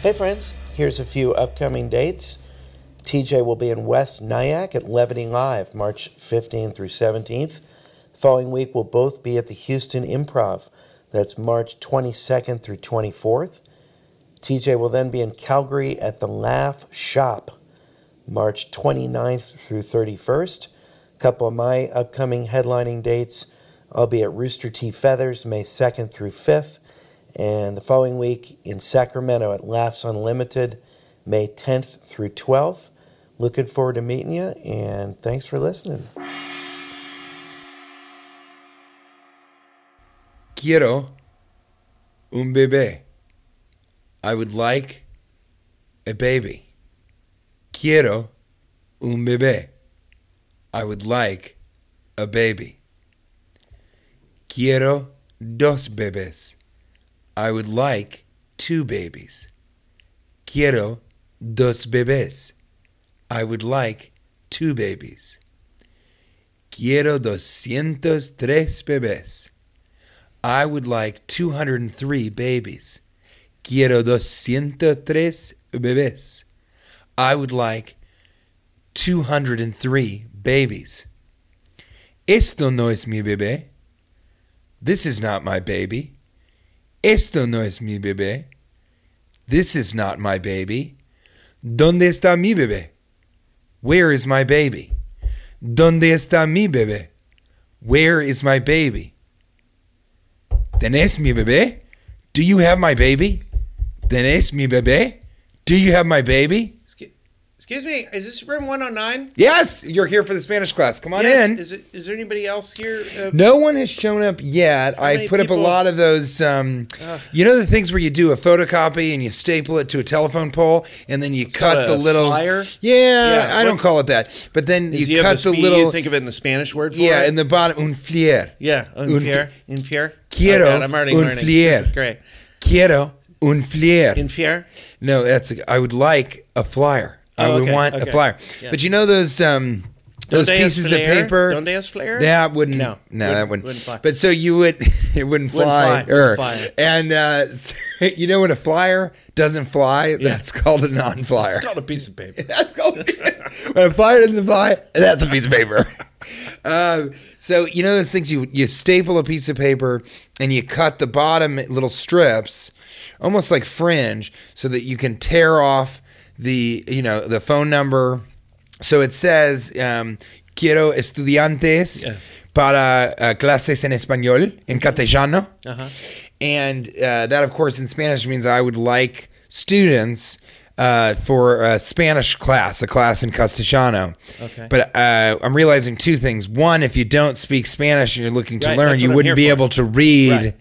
Hey, friends. Here's a few upcoming dates. TJ will be in West Nyack at Levity Live, March 15th through 17th. The following week, we'll both be at the Houston Improv. That's March 22nd through 24th. TJ will then be in Calgary at the Laugh Shop, March 29th through 31st. A couple of my upcoming headlining dates I'll be at Rooster Teeth Feathers, May 2nd through 5th. And the following week in Sacramento at Laughs Unlimited, May 10th through 12th. Looking forward to meeting you, and thanks for listening. Quiero un bebé. I would like a baby. Quiero un bebé. I would like a baby. Quiero dos bebés. I would like two babies. Quiero dos bebés. I would like two babies. Quiero doscientos tres bebés. I would like 203 babies. Quiero doscientos tres bebés. I would like 203 babies. Esto no es mi bebé. This is not my baby. Esto no es mi bebé. This is not my baby. ¿Dónde está mi bebé? Where is my baby? ¿Dónde está mi bebé? Where is my baby? ¿Tenés mi bebé? Do you have my baby? ¿Tenés mi bebé? Do you have my baby? Excu- Excuse me, is this room 109? Yes, you're here for the Spanish class. Come on Yes. in. Is, it, is there anybody else here? Uh, No one has shown up yet. I many put up a people- lot of those, um, you know, the things where you do a photocopy and you staple it to a telephone pole, and then you cut called the a little. flyer? Yeah, Yeah, I don't what's- call it that. But then you, is you cut have the the spe- little. You think of it in the Spanish word for yeah, it? in the bottom, un flier. yeah, Un- un fier, un fier. Quiero Oh, God, I'm already un learning. fier. This is great. Quiero un flier. Un fier. No, that's a, I would like a flyer. I Oh, would okay, want a okay. flyer. Yeah. But you know those um those Donde es pieces of flare? paper. Donde es flare? That wouldn't. No, no, No, wouldn't- that wouldn't. wouldn't fly. But so you would, it wouldn't fly. fly, er. wouldn't fly. And uh, so- you know when a flyer doesn't fly, that's called a non-flyer. Got a piece of paper. That's called when a flyer doesn't fly. That's a piece of paper. Um, so you know those things you you staple a piece of paper and you cut the bottom in little strips, almost like fringe, so that you can tear off the you know the phone number. So it says um, quiero estudiantes Yes. para uh, clases en español en castellano. And uh, that, of course, in Spanish means I would like students uh, for a Spanish class, a class in Castellano. Okay. But uh, I'm realizing two things. One, if you don't speak Spanish and you're looking to Right, learn, that's you what I'm wouldn't here be for. able to read Right.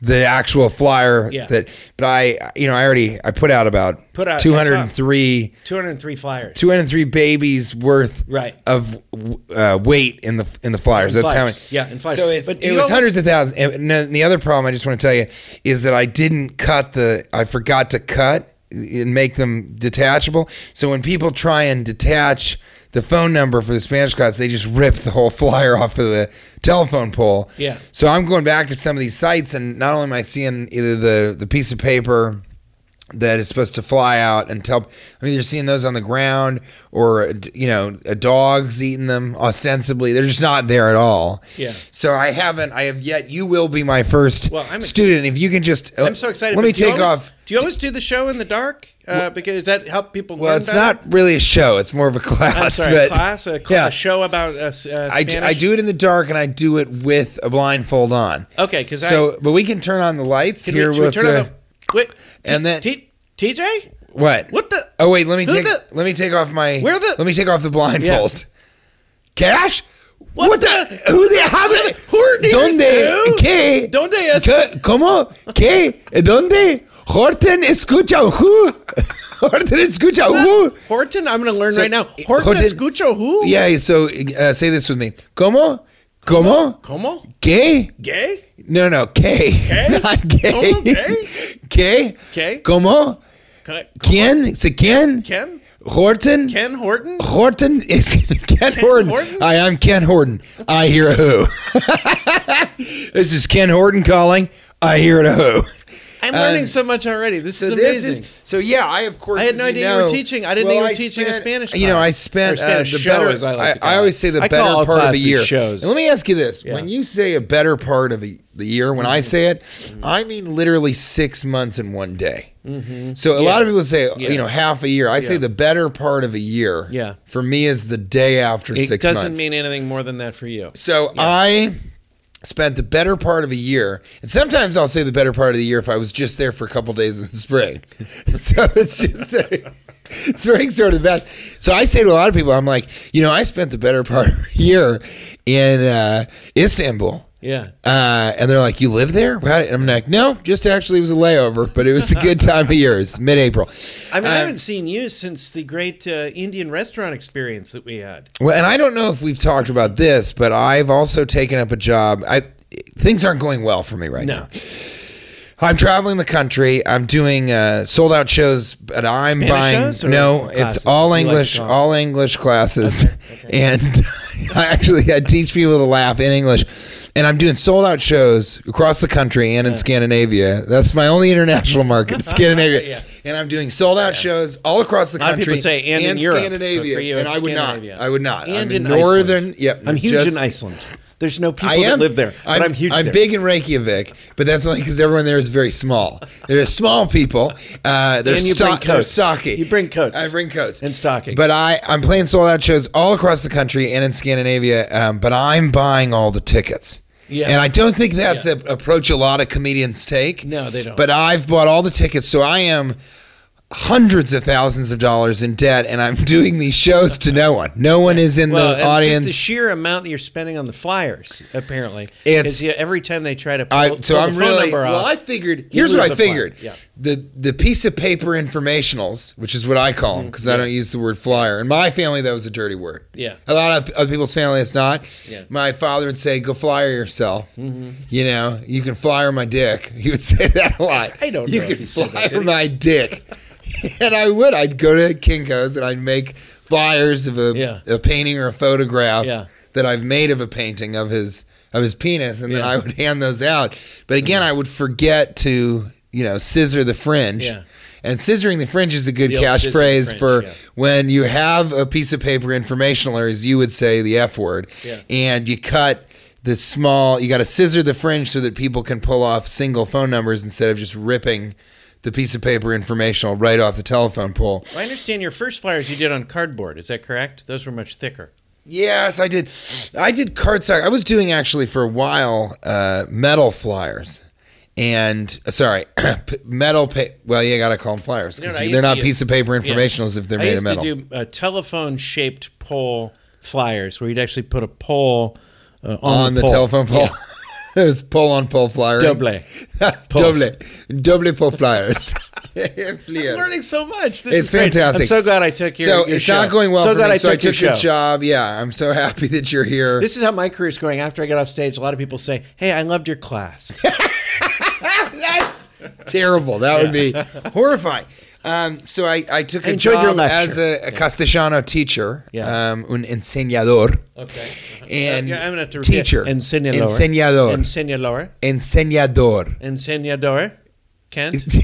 the actual flyer. Yeah. That, but I, you know, I already I put out about Put out- I saw. 203. 203 flyers. 203 babies worth Right. of uh, weight in the in the flyers. In That's how many. flyers. Yeah, in flyers. So it's, But do it you was always- hundreds of thousands. And, and then the other problem I just want to tell you is that I didn't cut the. I forgot to cut and make them detachable. So when people try and detach the phone number for the Spanish class, they just rip the whole flyer off of the telephone pole. Yeah. So I'm going back to some of these sites, and not only am I seeing either the the piece of paper that is supposed to fly out and tell. I mean, you're seeing those on the ground, or you know, a dog's eating them. Ostensibly, they're just not there at all. Yeah. So I haven't. I have yet. You will be my first Well, I'm ex- student if you can just. uh, I'm so excited. Let but me do you take always- off. Do you always do the show in the dark? Uh, because that help people. Well, learn it's better? not really a show. It's more of a class. I'm sorry, but- a class, a, cl- yeah. a show about uh, s- uh, I d- Spanish. I do it in the dark and I do it with a blindfold on. Okay, because So, but we can turn on the lights Can here. we, should we with turn uh, on the, wait, and and then- then T, TJ, What? What the- Oh wait, let me Who take the- let me take off my Where the- let me take off the blindfold. Cash. What, What the, the- Who the? How the? Who are these Donde? two? ¿Qué? Donde es- ¿Qué? ¿Cómo? ¿Qué? ¿Dónde? Horton escucha who? Horton escucha who? Horton, I'm going to learn So- right now. Horton, Horton- escucho who? Yeah, so uh, say this with me. ¿Cómo? ¿Cómo? Como? ¿Qué? Gay? No, no, ¿qué? ¿Qué? Not gay. ¿Cómo qué? ¿Qué? ¿Qué? ¿Cómo? Ken? ¿Quién? ¿Se quién? Ken? Horton? Ken Horton? Horton is Ken, Horton. Horton? Hi, I'm Ken Horton. I hear a who. this is Ken Horton calling. I hear a who. I'm Uh, learning so much already. This is So amazing. this is so yeah. I of course I had as no idea you were know- teaching. I didn't think you were teaching a spent- Spanish You know, I class. spent Or uh, Spanish the show, better. as I like to call I, it. always say the I call better all part of a classes year. shows. And let me ask you this: When you say a better part of a, the year, when I Mm-hmm. say it, I mean literally six months in one day. Mm-hmm. So a lot of people say you know half a year. I say the better part of a year. Yeah. For me, is the day after it six doesn't months. mean anything more than that for you. So I spent the better part of a year, and sometimes I'll say the better part of the year if I was just there for a couple days in the spring. so it's just a, spring sort of the best. So I say to a lot of people, I'm like, you know, I spent the better part of a year in uh, Istanbul. Yeah. Uh, and they're like, "You live there?" How did-" And I'm like, "No, just actually it was a layover, but it was a good time of year. It's mid-April." I mean, I Uh, haven't seen you since the great uh, Indian restaurant experience that we had. Well, and I don't know if we've talked about this, but I've also taken up a job. I things aren't going well for me right now. No. I'm traveling the country. I'm doing uh, sold out shows, but I'm Spanish buying shows or no. classes, It's all as you like to English, call them? all English classes, and I actually I teach people to laugh in English, and I'm doing sold out shows across the country and in Scandinavia. That's my only international market, Scandinavia, Yeah. and I'm doing sold out shows all across the A lot of country people say, and in Europe, but Scandinavia, for you, and it's I would not. Scandinavia. I would not. And I'm in northern. Iceland. Yep, I'm huge just- in Iceland. There's no people I am that live there, but I'm, huge. I'm there. big in Reykjavik, but that's only because everyone there is very small. They're small people. Uh, they're, And you bring stock, they're coats. stocky. You bring coats. I bring coats And stockings. But I I'm playing sold out shows all across the country and in Scandinavia. Um, but I'm buying all the tickets. Yeah. And I don't think that's an approach a lot of comedians take. No, they don't. But I've bought all the tickets, so I am hundreds of thousands of dollars in debt, and I'm doing these shows to no one. No one is in Well, and the just audience. the sheer amount that you're spending on the flyers, apparently, It's- is yeah, every time they try to pull, I, so pull I'm the phone really number well. off. I figured. you Here's what lose I a flag. figured. Yeah. The the piece of paper informationals, which is what I call Mm-hmm. them, because I don't use the word flyer. In my family, that was a dirty word. Yeah. A lot of other people's family, it's not. Yeah. Mm-hmm. My father would say, "Go flyer yourself." You know, you can flyer my dick. He would say that a lot. I don't You know if can he said that, flyer did he? my dick. and I would. I'd go to Kinko's and I'd make flyers of a, Yeah. a painting or a photograph Yeah. that I've made of a painting of his of his penis, and then Yeah. Mm-hmm. I would hand those out. But again, I would forget to you know scissor the fringe. Yeah. And scissoring the fringe is a good The old cash scissor phrase fringe, for yeah. when you have a piece of paper informational, or as you would say, the F word, Yeah. and you cut the small. You got to scissor the fringe so that people can pull off single phone numbers instead of just ripping the piece of paper informational right off the telephone pole. I understand your first flyers you did on cardboard. Is that correct? Those were much thicker. Yes, I did. I did card stock. I was doing actually for a while uh, metal flyers. And uh, sorry, p- metal. Pa- well, you gotta call them flyers You know because what I they're used to not use- piece of paper Yeah. informationals if they're I made of used metal. to do uh, telephone shaped pole flyers where you'd actually put a pole uh, on, on the, pole. telephone pole. it was pole on pole flyer. Double. Poles. double, double pole flyers. Flyers. I'm learning so much. This it's is great. fantastic. I'm so glad I took your. So your it's show. not going well So for glad me. I so I took your took your show. job. Yeah, I'm so happy that you're here. This is how my career's going. After I get off stage, a lot of people say, "Hey, I loved your class." That's terrible. That would be horrifying. Um, so I, I took a Enjoyed your job lecture. as a, a Castellano teacher, Yeah. um, un enseñador, okay. Uh, and yeah, I'm gonna have to repeat. teacher, Enseñador. enseñador, Enseñador. enseñador. Enseñador. Kent.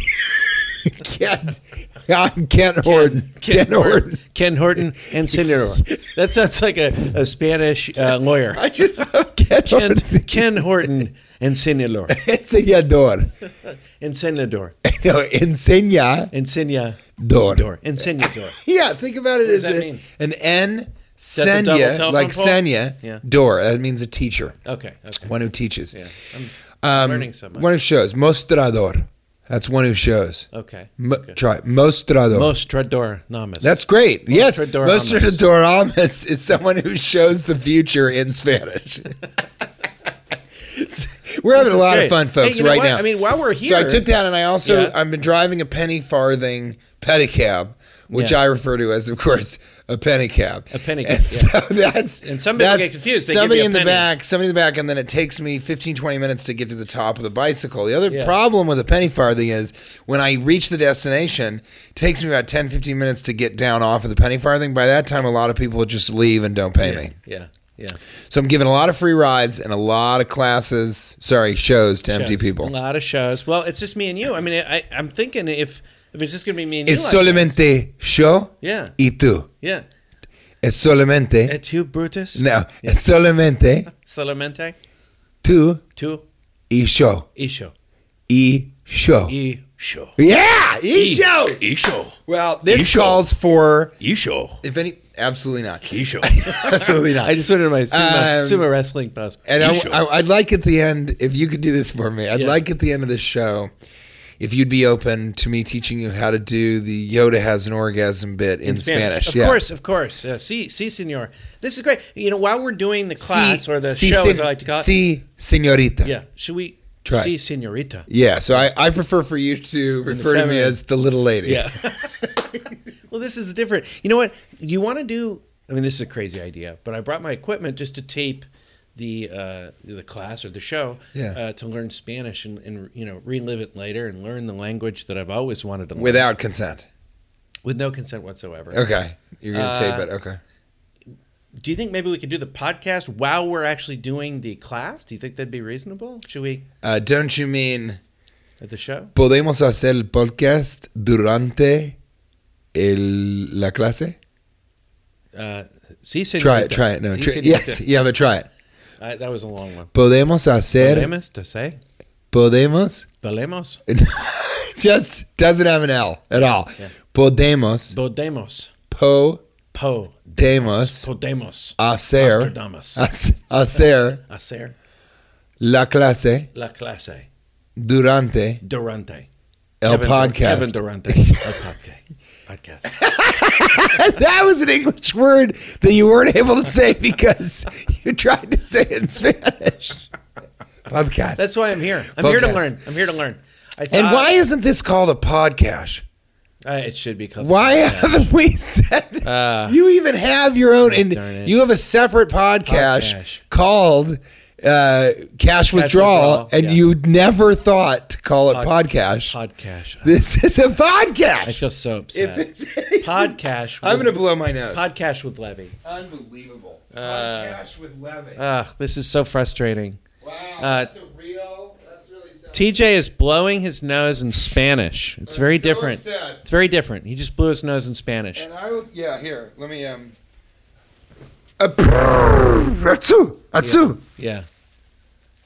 Ken, I'm Ken Horton. Ken, Horton. Ken Horton. Enseñador. That sounds like a, a Spanish uh, lawyer. I just love Ken, Ken, Horton. Ken Horton. Enseñador. Enseñador. Enseñador. No, enseñador. Enseñador. Enseñador. Yeah, think about it does as that a- mean? an N that the double senya, telephone like pole? senya, Yeah. door. That means a teacher. Okay. Okay. One who teaches. I'm Um, learning so much. One who shows. Mostrador. That's one who shows. Okay. M- Try mostrador. Mostrador namus. That's great. Yes, Mostradoramus. mostradoramus is someone who shows the future in Spanish. We're having This a is lot great. of fun, Hey, folks, you know right what? now. I mean, while we're so I here- took that, and I also Yeah. I've been driving a penny farthing pedicab, which Yeah. I refer to as, of course, a penny cab. A penny And cab, So that's And some people that's- get confused. They give somebody you a in the penny. back, somebody in the back, and then it takes me 15, 20 minutes to get to the top of the bicycle. The other Yeah. problem with a penny farthing is when I reach the destination, it takes me about 10, 15 minutes to get down off of the penny farthing. By that time, a lot of people just leave and don't pay me. Yeah. Yeah. So I'm giving a lot of free rides and a lot of classes, sorry, shows to empty Shows. A people. lot of shows. Well, it's just me and you. I mean, I, I'm thinking if if it's just gonna be me and Es you. like this- solamente yo Yeah. y tú. Yeah. Es solamente. Et you, Brutus? No, es solamente Solamente tú tu y yo. isho. Y yo. Isho. Yeah, y yo. Isho. Well, this Isho. calls for Isho. if any absolutely not. Isho. Absolutely not. I just went into my sumo, Um, sumo wrestling pose. And I, Isho. I, would like at the end, if you could do this for me, I'd Yeah. like at the end of this show, if you'd be open to me teaching you how to do the Yoda has an orgasm bit in, Spanish. Of Yeah. course, of course. Uh, see, see, senor. This is great. You know, while we're doing the Si- class or the si, show, sen- as I like to call it. Si, senorita. Yeah. Should we Try. see, senorita? Yeah, so I, I prefer for you to refer to me feminine. as the little lady. Yeah. well, this is different. You know what? You want to do? I mean, this is a crazy idea, but I brought my equipment just to tape the uh, the class or the show Yeah. uh, to learn Spanish and, and you know relive it later and learn the language that I've always wanted to learn Without consent. with no consent whatsoever. Okay. You're Uh, going to tape it. Okay. Do you think maybe we could do the podcast while we're actually doing the class? Do you think that'd be reasonable? Should we Uh, don't you mean at the show? podemos hacer el podcast durante el, la clase? Uh, see, Try it. Try it. No. Try, yes. Yeah, but try it. I, that was a long one. Podemos hacer. Podemos to say. Podemos. Podemos. Just doesn't have an L at all. Podemos. Podemos. Podemos. Po. Podemos. Hacer. Nostradamus. Hacer Hacer la clase la clase durante durante. el Kevin Dur- podcast. Kevin Durante. El podcast. podcast. that was an English word that you weren't able to say because you tried to say it in Spanish. Podcast. That's why I'm here. I'm here to Podcast. learn. I'm here to learn. I saw, and why isn't this called a podcast? Uh, it should be called. Why haven't we said that? you even have your own, Uh, darn and it. you have a separate podcast, Podcast. called uh, Cash Withdrawal, Withdrawal, and yeah. you never thought to call it podcast. Podcast. This is a I podcast. feel so upset. If it's- podcast. I'm with- going to blow my nose. podcast with Levy. Unbelievable. Uh, podcast with Levy. Ugh, this is so frustrating. wow. uh, that's a real. That's really sad. TJ is blowing his nose in Spanish. It's very so different. upset. It's very different. He just blew his nose in Spanish. And I was, yeah, here, let me, um. Atsu! Atsu! Yeah.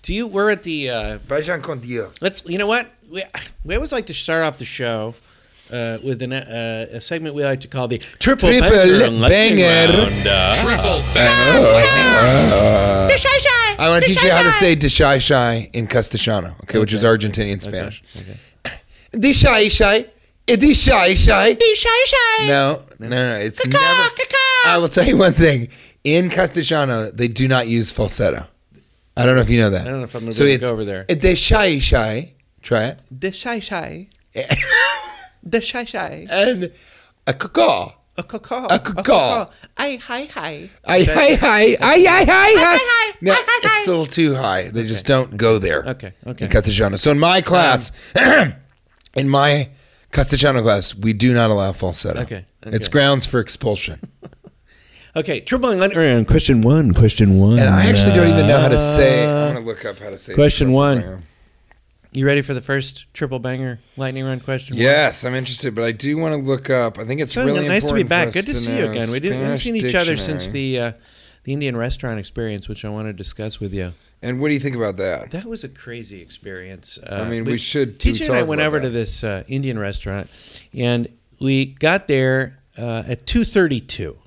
Do you? We're at the. Uh, Vayan con Dios. let's. You know what? We, we always like to start off the show uh, with an, uh, a segment we like to call the triple, Triple banger. lightning banger. round. Uh, Triple I want to teach you how to say dishai shai in Castellano, okay, which is Argentinian Spanish. Dishai shai. eh, Dishai shai. No, no, no. It's never. I will tell you one thing. In Castellano, they do not use falsetto. I don't know if you know that. I don't know if I'm gonna be able to go over there. Dishai shai. Try it. The shy shy. the shy shy. And a caw. A caw. A caw. Hi hi hi. Hi, hi, hi, hi, hi, hi, hi. hi. No, Hi, hi, hi. it's a little too high. They just don't go there. Okay, okay. Um, In Castellano. So in my class, in my Castellano class, we do not allow falsetto. Okay, okay. It's grounds for expulsion. Okay, tripling lightning. Question one. Question one. And I actually don't even know how to say. I'm going to look up how to say. Question triple one. banger. You ready for the first triple banger lightning round question? one? Yes, I'm interested, but I do want to look up. I think it's So really nice to be important for back. us Good to, see you know again. We didn't, haven't Spanish seen each other since dictionary. the uh, the Indian restaurant experience, which I want to discuss with you. And what do you think about that? That was a crazy experience. Uh, mean, we should do TJ and I talk went about over that. to this uh, Indian restaurant, and we got there uh, at two thirty two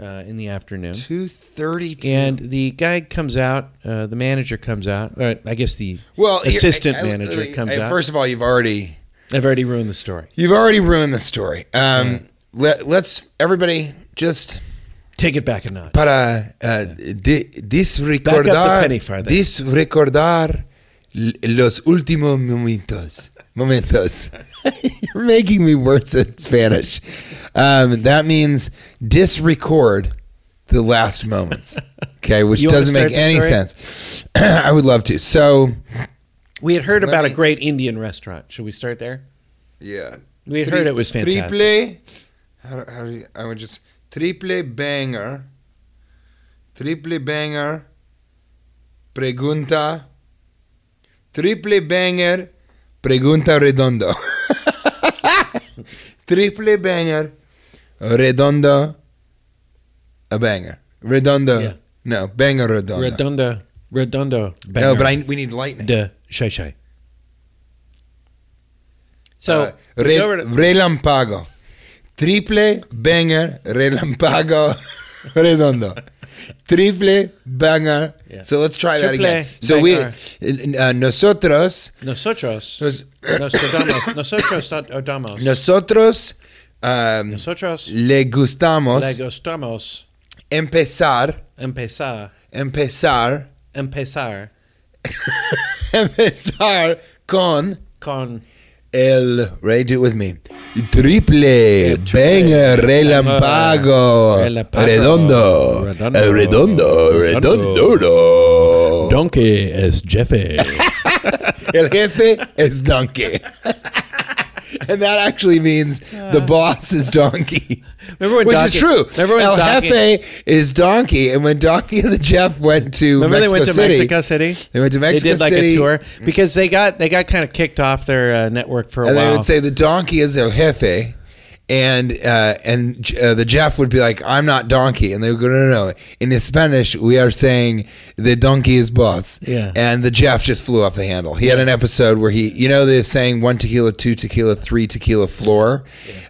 uh, in the afternoon. Two thirty-two. And the guy comes out, uh, the manager comes out. Or I guess the well, here- assistant I- I- manager I- comes I- out. First of all, you've already I've already ruined the story. You've already ruined the story. Um, let, us everybody just Take it back a notch. para uh, de- Back up the disrecordar, penny farthing. disrecordar l- los últimos momentos. Momentos. You're making me worse in Spanish. Um, that means disrecord the last moments. Okay, which You wanna doesn't make start the any story? sense. I would love to. So, We had heard about me- a great Indian restaurant. Should we start there? yeah, We had heard it was fantastic. Triple. How, how do you, I would just triple banger. Triple banger. Pregunta. Triple banger. Pregunta redondo. triple banger. Redondo. A banger. Redondo. Yeah. No, banger redondo. Redonda, Redondo. No, Banger but I, we need lightning. de Shay Shay. So Uh, we re- go over to- relampago. Triple banger relampago redondo. Triple banger. Yeah. So let's try that Triple again. So we banger. uh, nosotros nosotros, nos- nosotros, nosotros, adamos, nosotros um, nosotros le gustamos le gustamos empezar empezar, empezar empezar empezar con con el Ray, do it with me. Triple, triple, uh, banger, relampago, relampago, redondo, redondo, eh, redondo, redondo. Donkey es Jefe. El jefe is donkey. And that actually means the boss is donkey. Remember when Which Donkey- is true. remember when El Donkey- jefe is donkey, and when Donkey and the Jeff went to Remember Mexico they went to City, Mexico City. They went to Mexico They did like City. a tour because they got they got kind of kicked off their uh, network for a and while. they would say the donkey is el jefe, and uh, and J- uh, the Jeff would be like, "I'm not donkey," and they would go, "No, no, no." In Spanish, we are saying the donkey is boss. Yeah. And the Jeff just flew off the handle. He had an episode where he, you know, they're saying one tequila, two tequila, three tequila, floor.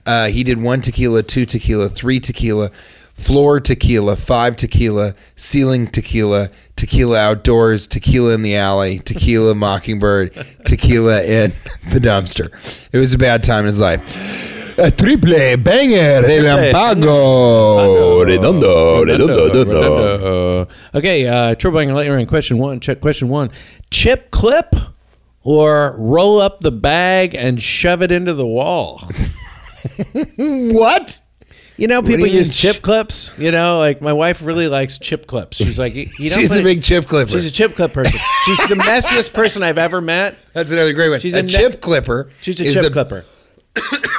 Uh, he did one tequila, two tequila, three tequila. Floor tequila, five tequila, ceiling tequila, tequila outdoors, tequila in the alley, tequila mockingbird, tequila in the dumpster. It was a bad time in his life. Uh, triple banger, relampago, redondo, redondo, redondo. Uh, okay, uh, Turbine later in question one. Check question one: chip clip or roll up the bag and shove it into the wall. What? You know, people you mean use ch- chip clips. You know, like my wife really likes chip clips. She's like, you you don't She's put a it- big chip clipper. She's a chip clip person. She's the messiest person I've ever met. That's another great one. She's a, a ne- chip clipper. She's a is chip the- clipper.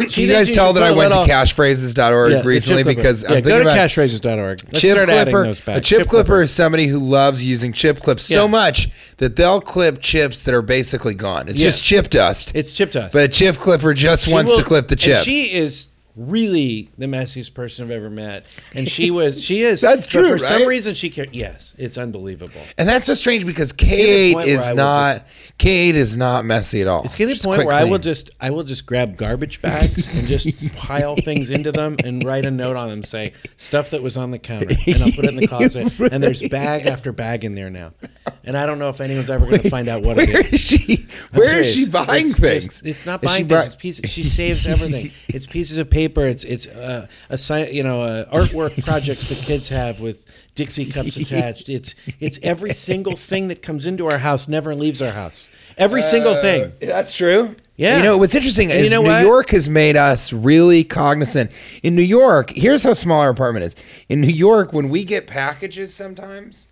Can you guys tell that I went to cashphrases.org Yeah, the recently chip clipper. because I'm yeah, thinking go to about cashphrases.org. Let's chip start adding clipper. those back. A chip, clipper, is somebody who loves using chip clips so Yeah. much that they'll clip chips that are basically gone. It's Yeah. just chip dust. It's chip dust. But a chip clipper just She wants will- to clip the and chips. she is really the messiest person I've ever met, and she was. She is. That's but true, For some right? reason, she cared. Yes, it's unbelievable. and that's so strange because getting to K8 the point where I is will not K8 is not messy at all. It's getting to She's the point quite where I will clean. just I will just grab garbage bags and just pile things into them and write a note on them saying stuff that was on the counter and I'll put it in the closet and there's bag after bag in there now and I don't know if anyone's ever going to find out what Where it is is. she? I'm Where is serious. she buying It's things? just- it's not Is she buying buy- things. It's pieces. She saves everything. it's pieces of paper. It's it's uh, a sci- you know uh, artwork projects the kids have with Dixie cups attached. It's it's every single thing that comes into our house never leaves our house. Every single Uh, thing. That's true. Yeah. You know what's interesting And is you know New what? York has made us really cognizant. In New York, here's how small our apartment is. In New York, when we get packages, sometimes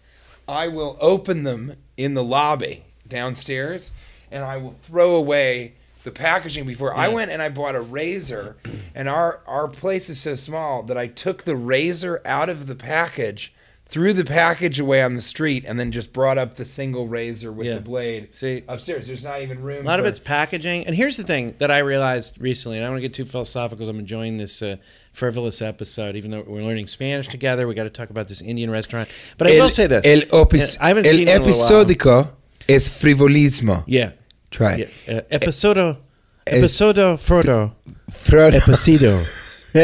I will open them in the lobby downstairs, and I will throw away the packaging before I went and I bought a razor and our our place is so small that I took the razor out of the package threw the package away on the street and then just brought up the single razor with Yeah. the blade See- upstairs there's not even room A lot of for- it's packaging. And here's the thing that I realized recently, and I don't want to get too philosophical. 'cause I'm enjoying this uh, frivolous episode, even though we're learning Spanish together. We got to talk about this Indian restaurant. But I will say this: El, opis, I haven't el seen it in a little while. episódico es frivolismo. Yeah, Try yeah. it. Uh, episodo, Es- episodo, Frodo, Frodo episodo,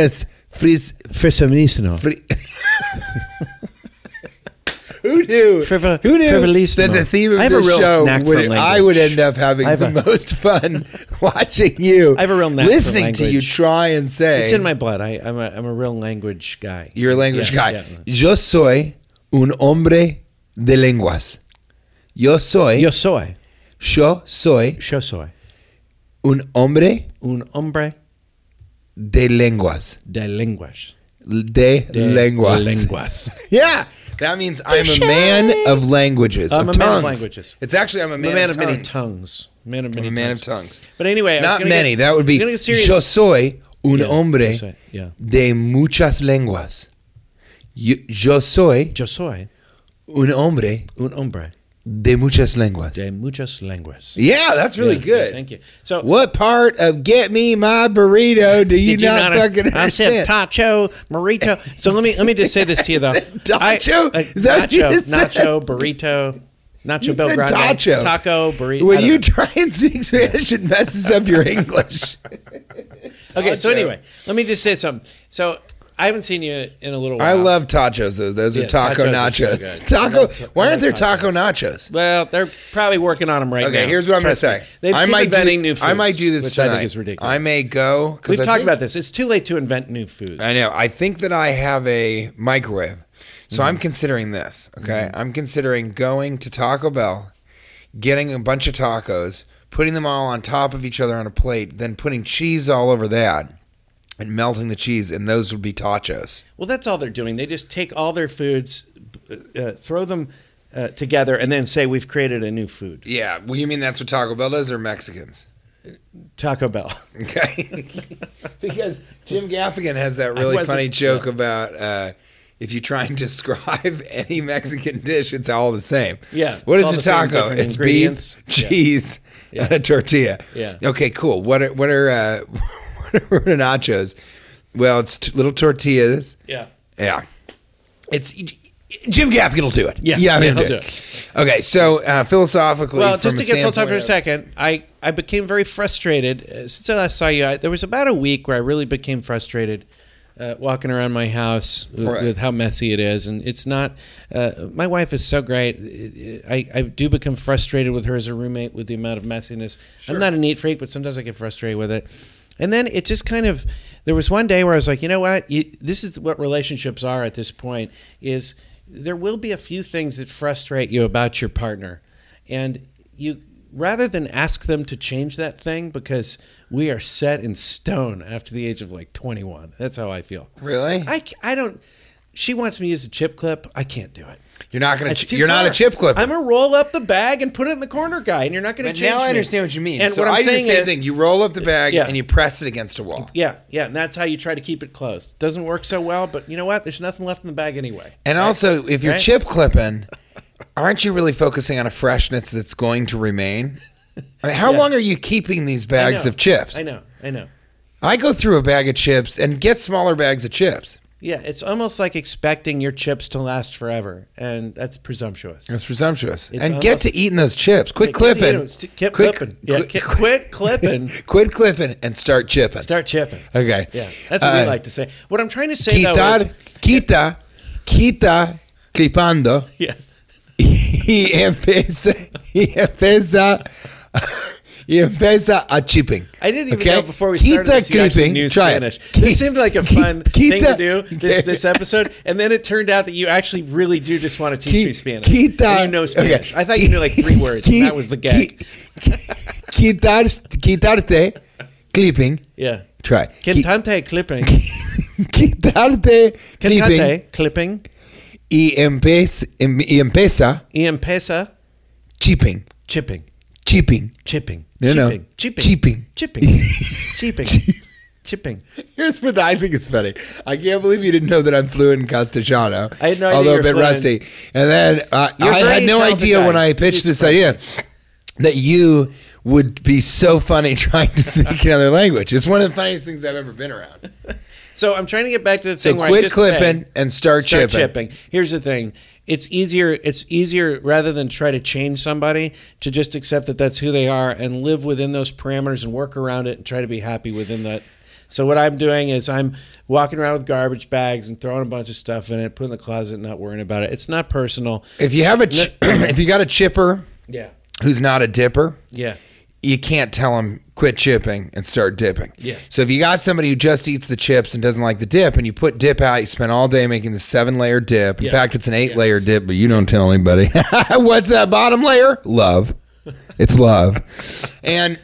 es fris, Frisomnisno. fri, Who knew? Frivo- who knew frivolissimo. that the theme of I have a this real show knack for would I language. would end up having I have the a- most fun watching you. I have a real knack for listening to you language. try and say. It's in my blood. I, I'm, a, I'm a real language guy. You're a language Yeah, guy. yeah. Yo soy un hombre de lenguas. Yo soy. Yo soy, Yo soy yo soy un hombre un hombre de lenguas. de lenguas. De, De lenguas. Lenguas. Yeah, that means I'm a man of languages. I'm of a man of tongues. languages. It's actually I'm a I'm man, a man of many tongues. tongues. Man of I'm many a man of tongues. tongues. But anyway, I was Not gonna many. get- that would I be. was gonna get serious. Yo soy un Yeah, hombre yo soy- yeah. de muchas lenguas. Yo, yo soy Yo soy un hombre un hombre de muchas lenguas. de muchas lenguas. yeah, that's really Yeah, good. yeah, Thank you. So What part of get me my burrito do you, did not, fucking I said understand? tacho, burrito. So let me let me just say this to you though. I said tacho? I- uh, Is that what you nacho, just said? nacho, burrito, nacho You Bel said Grande, tacho. taco, burrito. I When don't you know. try and speak Spanish, it messes up your English. okay, so tacho. anyway, let me just say something. So I haven't seen you in a little while. I love tacos. Those those are Yeah, taco tacos are so nachos. good. I taco. love ta- why I aren't love there taco nachos? Well, they're probably working on them right now. Okay, here's what I'm going to Trust say. me. They I keep might inventing do, new foods. I might do this which tonight. I think is ridiculous. I may go. 'cause We've I talked think- about this. It's too late to invent new foods. I know. I think that I have a microwave. So I'm considering this. Okay. I'm considering going to Taco Bell, getting a bunch of tacos, putting them all on top of each other on a plate, then putting cheese all over that and melting the cheese, and those would be tacos. Well, that's all they're doing. They just take all their foods, uh, throw them uh, together, and then say we've created a new food. Yeah. Well, you mean that's what Taco Bell does or Mexicans? Taco Bell. Okay. because Jim Gaffigan has that I really wasn't- funny joke about uh, if you try and describe any Mexican dish, it's all the same. Yeah, What is it's all a the same taco? different It's beef, ingredients. Yeah. cheese, and a tortilla. Yeah. Okay, cool. What are what are uh, what are nachos? Well, it's t- little tortillas. Yeah. Yeah. It's Jim Gaffigan will do it. Yeah. yeah, Yeah, he'll do it. Okay, so uh, philosophically, Well, from a just to get full time for a standpoint of- second, I, I became very frustrated uh, since I last saw you. I, there was about a week where I really became frustrated uh, walking around my house uh, with, Right. with how messy it is, and it's not. Uh, my wife is so great. I, I do become frustrated with her as a roommate with the amount of messiness. I'm not a neat freak, but sometimes I get frustrated with it. And then it just kind of. There was one day where I was like, you know what? You, this is what relationships are at this point. Is there will be a few things that frustrate you about your partner and you rather than ask them to change that thing because we are set in stone after the age of like 21 that's how i feel Really? i, c- I don't she wants me to use a chip clip i can't do it You're not gonna. It's Ch- too you're not a far. chip clipper. i'm a roll up the bag and put it in the corner guy and you're not going to But change now I me. understand what you mean. and so what i'm I do the saying same is thing. You roll up the bag Yeah. and you press it against a wall. yeah yeah and that's how you try to keep it closed doesn't work so well but you know what there's nothing left in the bag anyway And also, if you're Right? chip clipping, aren't you really focusing on a freshness that's going to remain? I mean, how long are you keeping these I bags know. of chips? i know i know I go through a bag of chips and get smaller bags of chips. yeah it's almost like expecting your chips to last forever and that's presumptuous That's presumptuous. It's and get almost- to eating those chips. Quit Get the clipping. Enos to- Keep Quit- clipping. Yeah, quit- ki- quit clipping. Quit clipping and start chipping. Start chipping. Okay. Yeah, that's what Uh, we like to say. What I'm trying to say though is, Quitar, quita, quita, clipando. yeah, y empieza y empieza y empieza a chipping. I didn't even Okay? know before we Keep started that this, you actually clipping. knew Try it. Spanish. Keep- This seemed like a keep- fun keep thing that- to do this this episode, and then it turned out that you actually really do just want to teach me Qui- Spanish. Quitar, And you know Spanish. okay. I thought you knew like three words. Qui- and that was the gag. qui- Quitar, quitarte, clipping. yeah. Try. Qui- Cantante clipping. Quitarte, clipping. Cantante clipping. Y empieza, y empieza Y empieza chipping, chipping. chipping. Chipping. No, no. chipping. Chipping. Chipping. Chipping. Chipping. Chipping. Here's what I think is funny. I can't believe you didn't know that I'm fluent in Castellano. I had no idea although you a were bit fluent. rusty. And then uh, You're a I very had no talented idea guy. when I pitched this idea that you would be so funny trying to speak another language. It's one of the funniest things I've ever been around. So I'm trying to get back to the So thing. where I quit just clipping said- and start, start chipping. chipping. Here's the thing: it's easier. It's easier rather than try to change somebody to just accept that that's who they are and live within those parameters and work around it and try to be happy within that So what I'm doing is I'm walking around with garbage bags and throwing a bunch of stuff in it, putting it in the closet, not worrying about it. It's not personal. If you have a, ch- if you got a chipper Yeah. who's not a dipper, Yeah. you can't tell them quit chipping and start dipping. Yeah. So if you got somebody who just eats the chips and doesn't like the dip, and you put dip out, you spend all day making the seven layer dip. In Yeah. fact, it's an eight layer dip, but you don't tell anybody. What's that bottom layer? Love. It's love, and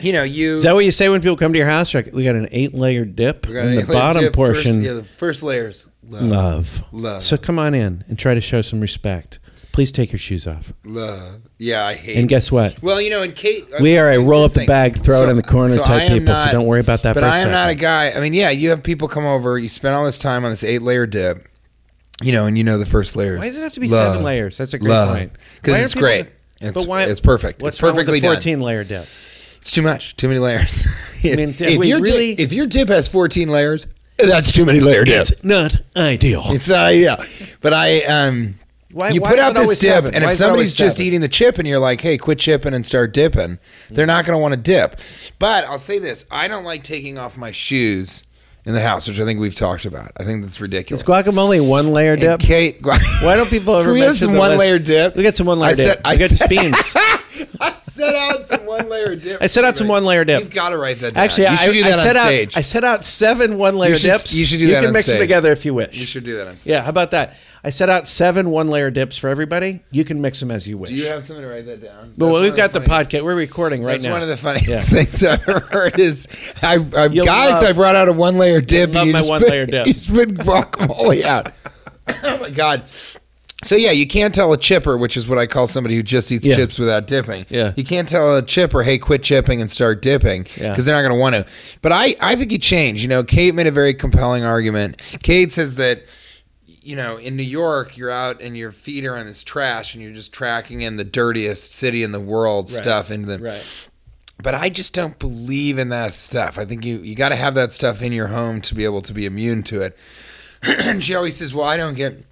you know you. Is that what you say when people come to your house? Like, we got an eight layer dip. got an and the eight-layer bottom dip, first- portion, yeah, the first layers. Love. uh, love. Love. So come on in and try to show some respect. Please take your shoes off. Love. Yeah, I hate. And guess what? Well, you know, and Kate, uh, We are a here's roll this up the thing. bag, throw it in the corner type I am people, so don't worry about that But for a I am not a second. guy. I mean, yeah, you have people come over, you spend all this time on this eight layer dip, you know, and you know the first layer. Why does it have to be seven layers? That's a great point. Why Because are it's people- great. It's, but why? it's perfect. What's it's perfectly wrong with the done. fourteen layer dip? It's too much. Too many layers. if, mean, if we your really- dip, if your dip has fourteen layers, that's too many layer dip. It's, Not ideal. not ideal. But I um. Why- you why put is out it this always dip, seven? and Why if is it somebody's always just seven? eating the chip, and you're like, "Hey, quit chipping and start dipping," they're not going to want to dip. But I'll say this: I don't like taking off my shoes in the house, which I think we've talked about. I think that's ridiculous. Is guacamole one layer And dip? Kate, guac- Why don't people ever we have mention some the one less- layer dip? We got some one layer I dip. Said, I, we got said, just beans. I set out some one layer dip. I set out some Right. one layer dip. You've got to write that down. Actually, you should I, do that I set on out stage. I set out seven one layer You should- dips. you should do You that can on mix stage. them together if you wish. you should do that on stage. Yeah, how about that? I set out seven one layer dips for everybody. You can mix them as you wish. Do you have something to write that down? but That's well, one we've of got the funniest- podcast. We're recording right That's now. one of the funniest Yeah. things I've ever heard is I, I You'll guys love- I brought out a one layer dip. love and you my just one put- layer dip. You just put guacamole out. oh my god. So yeah, you can't tell a chipper, which is what I call somebody who just eats Yeah. chips without dipping. Yeah. you can't tell a chipper, hey, quit chipping and start dipping, because Yeah. they're not going to want to. But I, I think you change. You know, Kate made a very compelling argument. Kate says that you know, in New York, you're out and your feet are on this trash and you're just tracking in the dirtiest city in the world stuff into the Right. But I just don't believe in that stuff. I think you you got to have that stuff in your home to be able to be immune to it. and she always says, "Well, I don't get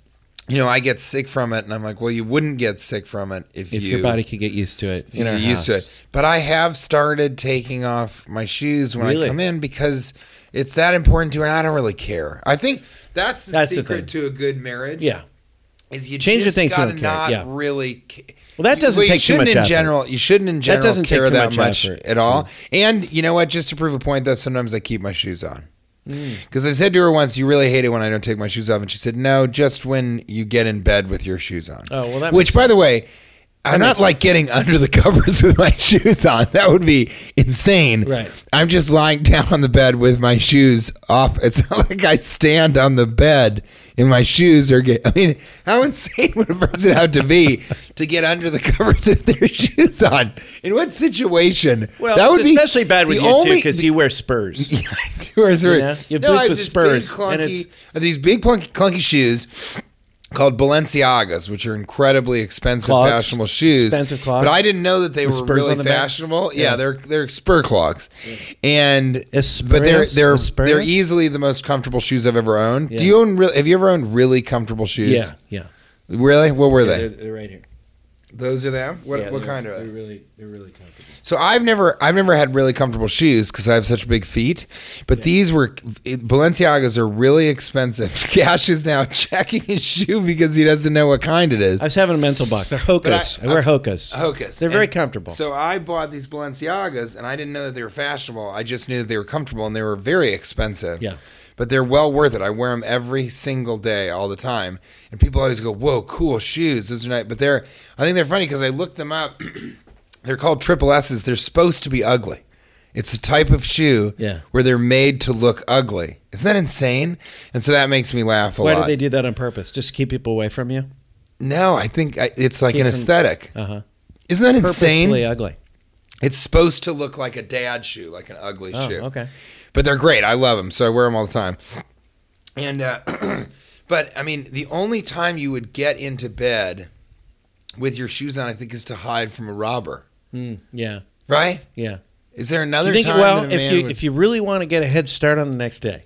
you know, I get sick from it." And I'm like, "Well, you wouldn't get sick from it if, if you your body could get used to it, you in know, our used to house. it. But I have started taking off my shoes when I Really? come in because it's that important to her, and I don't really care. I think that's the That's the secret thing. to a good marriage. Yeah. is you Change the just things you gotta don't care, not yeah. really. Ca- Well, that You- doesn't you take too shouldn't much in effort. general. You shouldn't in general doesn't take care too that much, much effort, at all. And you know what? Just to prove a point, that sometimes I keep my shoes on. Hmm. Because I said to her once, "You really hate it when I don't take my shoes off," and she said, "No, just when you get in bed with your shoes on." Oh, well, that which, makes by the sense. way, I'm not like getting under the covers with my shoes on. That would be insane. Right. I'm just lying down on the bed with my shoes off. It's not like I stand on the bed and my shoes are get. I mean, how insane would a person have to be to get under the covers with their shoes on? In what situation? Well, that would it's be especially bad with the you too only- because you wear spurs. yours are- You know, your I boots have with this spurs, big and clunky- it's- I have these big plunky, clunky shoes called Balenciagas, which are incredibly expensive, Clogs. fashionable shoes. Expensive clogs. But I didn't know that they With were spurs really on the back. fashionable. Yeah, Yeah. they're they're spur clogs, and but they're Esperos? they're they're Esperos? easily the most comfortable shoes I've ever owned. Yeah. Do you own real? Have you ever owned really comfortable shoes? yeah, yeah. Really? What were they? They're, they're right here. Those are them. What Yeah, what they're- kind are they? They're really, they're really comfortable. So I've never I've never had really comfortable shoes because I have such big feet. But these were it, Balenciagas are really expensive. Cash is now checking his shoe because he doesn't know what kind it is. I was having a mental block. They're Hokas. I- I, wear Hokas. Hocus. They're very And comfortable. So I bought these Balenciagas and I didn't know that they were fashionable. I just knew that they were comfortable and they were very expensive. Yeah. But they're well worth it. I wear them every single day, all the time. And people always go, "Whoa, cool shoes! Those are nice." But they're, I think they're funny because I looked them up. they're called triple S's. They're supposed to be ugly. It's a type of shoe Yeah. where they're made to look ugly. Isn't that insane? And so that makes me laugh a Why lot. do they do that on purpose? Just to keep people away from you? no, I think I, it's like an Different- aesthetic. Uh huh. Isn't that insane? Purposefully ugly. It's supposed to look like a dad shoe, like an ugly Oh, shoe. okay. But they're great. I love them, so I wear them all the time. And uh, but I mean, the only time you would get into bed with your shoes on, I think, is to hide from a robber. Mm, yeah, Right? yeah. Is there Do another you think, time? well, that a if man you would- if you really want to get a head start on the next day,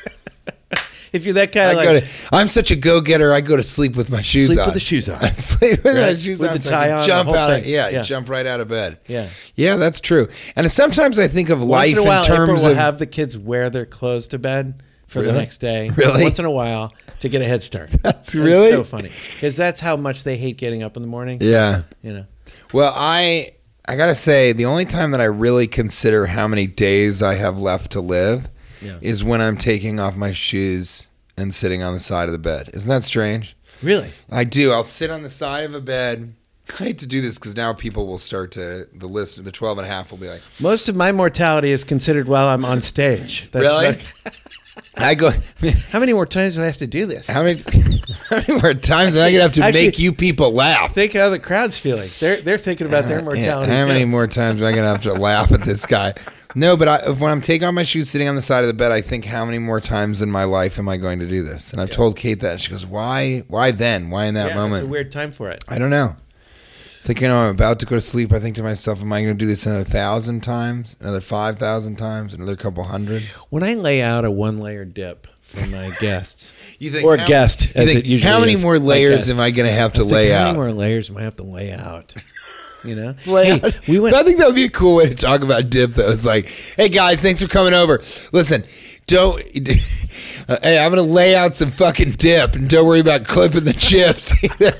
if you're that I kind of like, go to, I'm such a go getter. I go to sleep with my shoes Sleep on. with the shoes on. I sleep with my Right. shoes With on. the so I tie can on, the Jump whole out. Of, thing. yeah, Yeah. Jump right out of bed. Yeah. Yeah, that's true. And sometimes I think of once life in a while, in terms April of will have the kids wear their clothes to bed for the Really? next day. Really? Once in a while to get a head start. That's It's really- so funny because that's how much they hate getting up in the morning. So, Yeah. you know. Well, I I gotta say, the only time that I really consider how many days I have left to live Yeah. is when I'm taking off my shoes and sitting on the side of the bed. Isn't that strange? Really? I do. I'll sit on the side of a bed. I hate to do this because now people will start to the list the 12 and a half will be like Most of my mortality is considered while I'm on stage. That's really what- I go how many more times do I have to do this? how many how many more times am I gonna have to Actually- make you people laugh Think how the crowd's feeling. They're they're thinking about their mortality. Yeah, how too. many more times am I gonna have to laugh at this guy? No, but I, when I'm taking off my shoes, sitting on the side of the bed, I think, how many more times in my life am I going to do this? And I've told Kate that, and she goes, "Why? Why then? Why in that Yeah, moment? It's a weird time for it. I don't know." Thinking, oh, I'm about to go to sleep. I think to myself, am I going to do this another thousand times, another five thousand times, another couple hundred? When I lay out a one layer dip for my guests, You think or how- guest you as think, it usually How many is, more my layers guest. am I going to have to It's like, lay how out? many more layers am I have to lay out? You know, Hey, Hey, we went. I think that would be a cool way to talk about dip. Though it's like, hey guys, thanks for coming over. Listen, don't. uh, hey, I'm gonna lay out some fucking dip, and don't worry about clipping the chips either.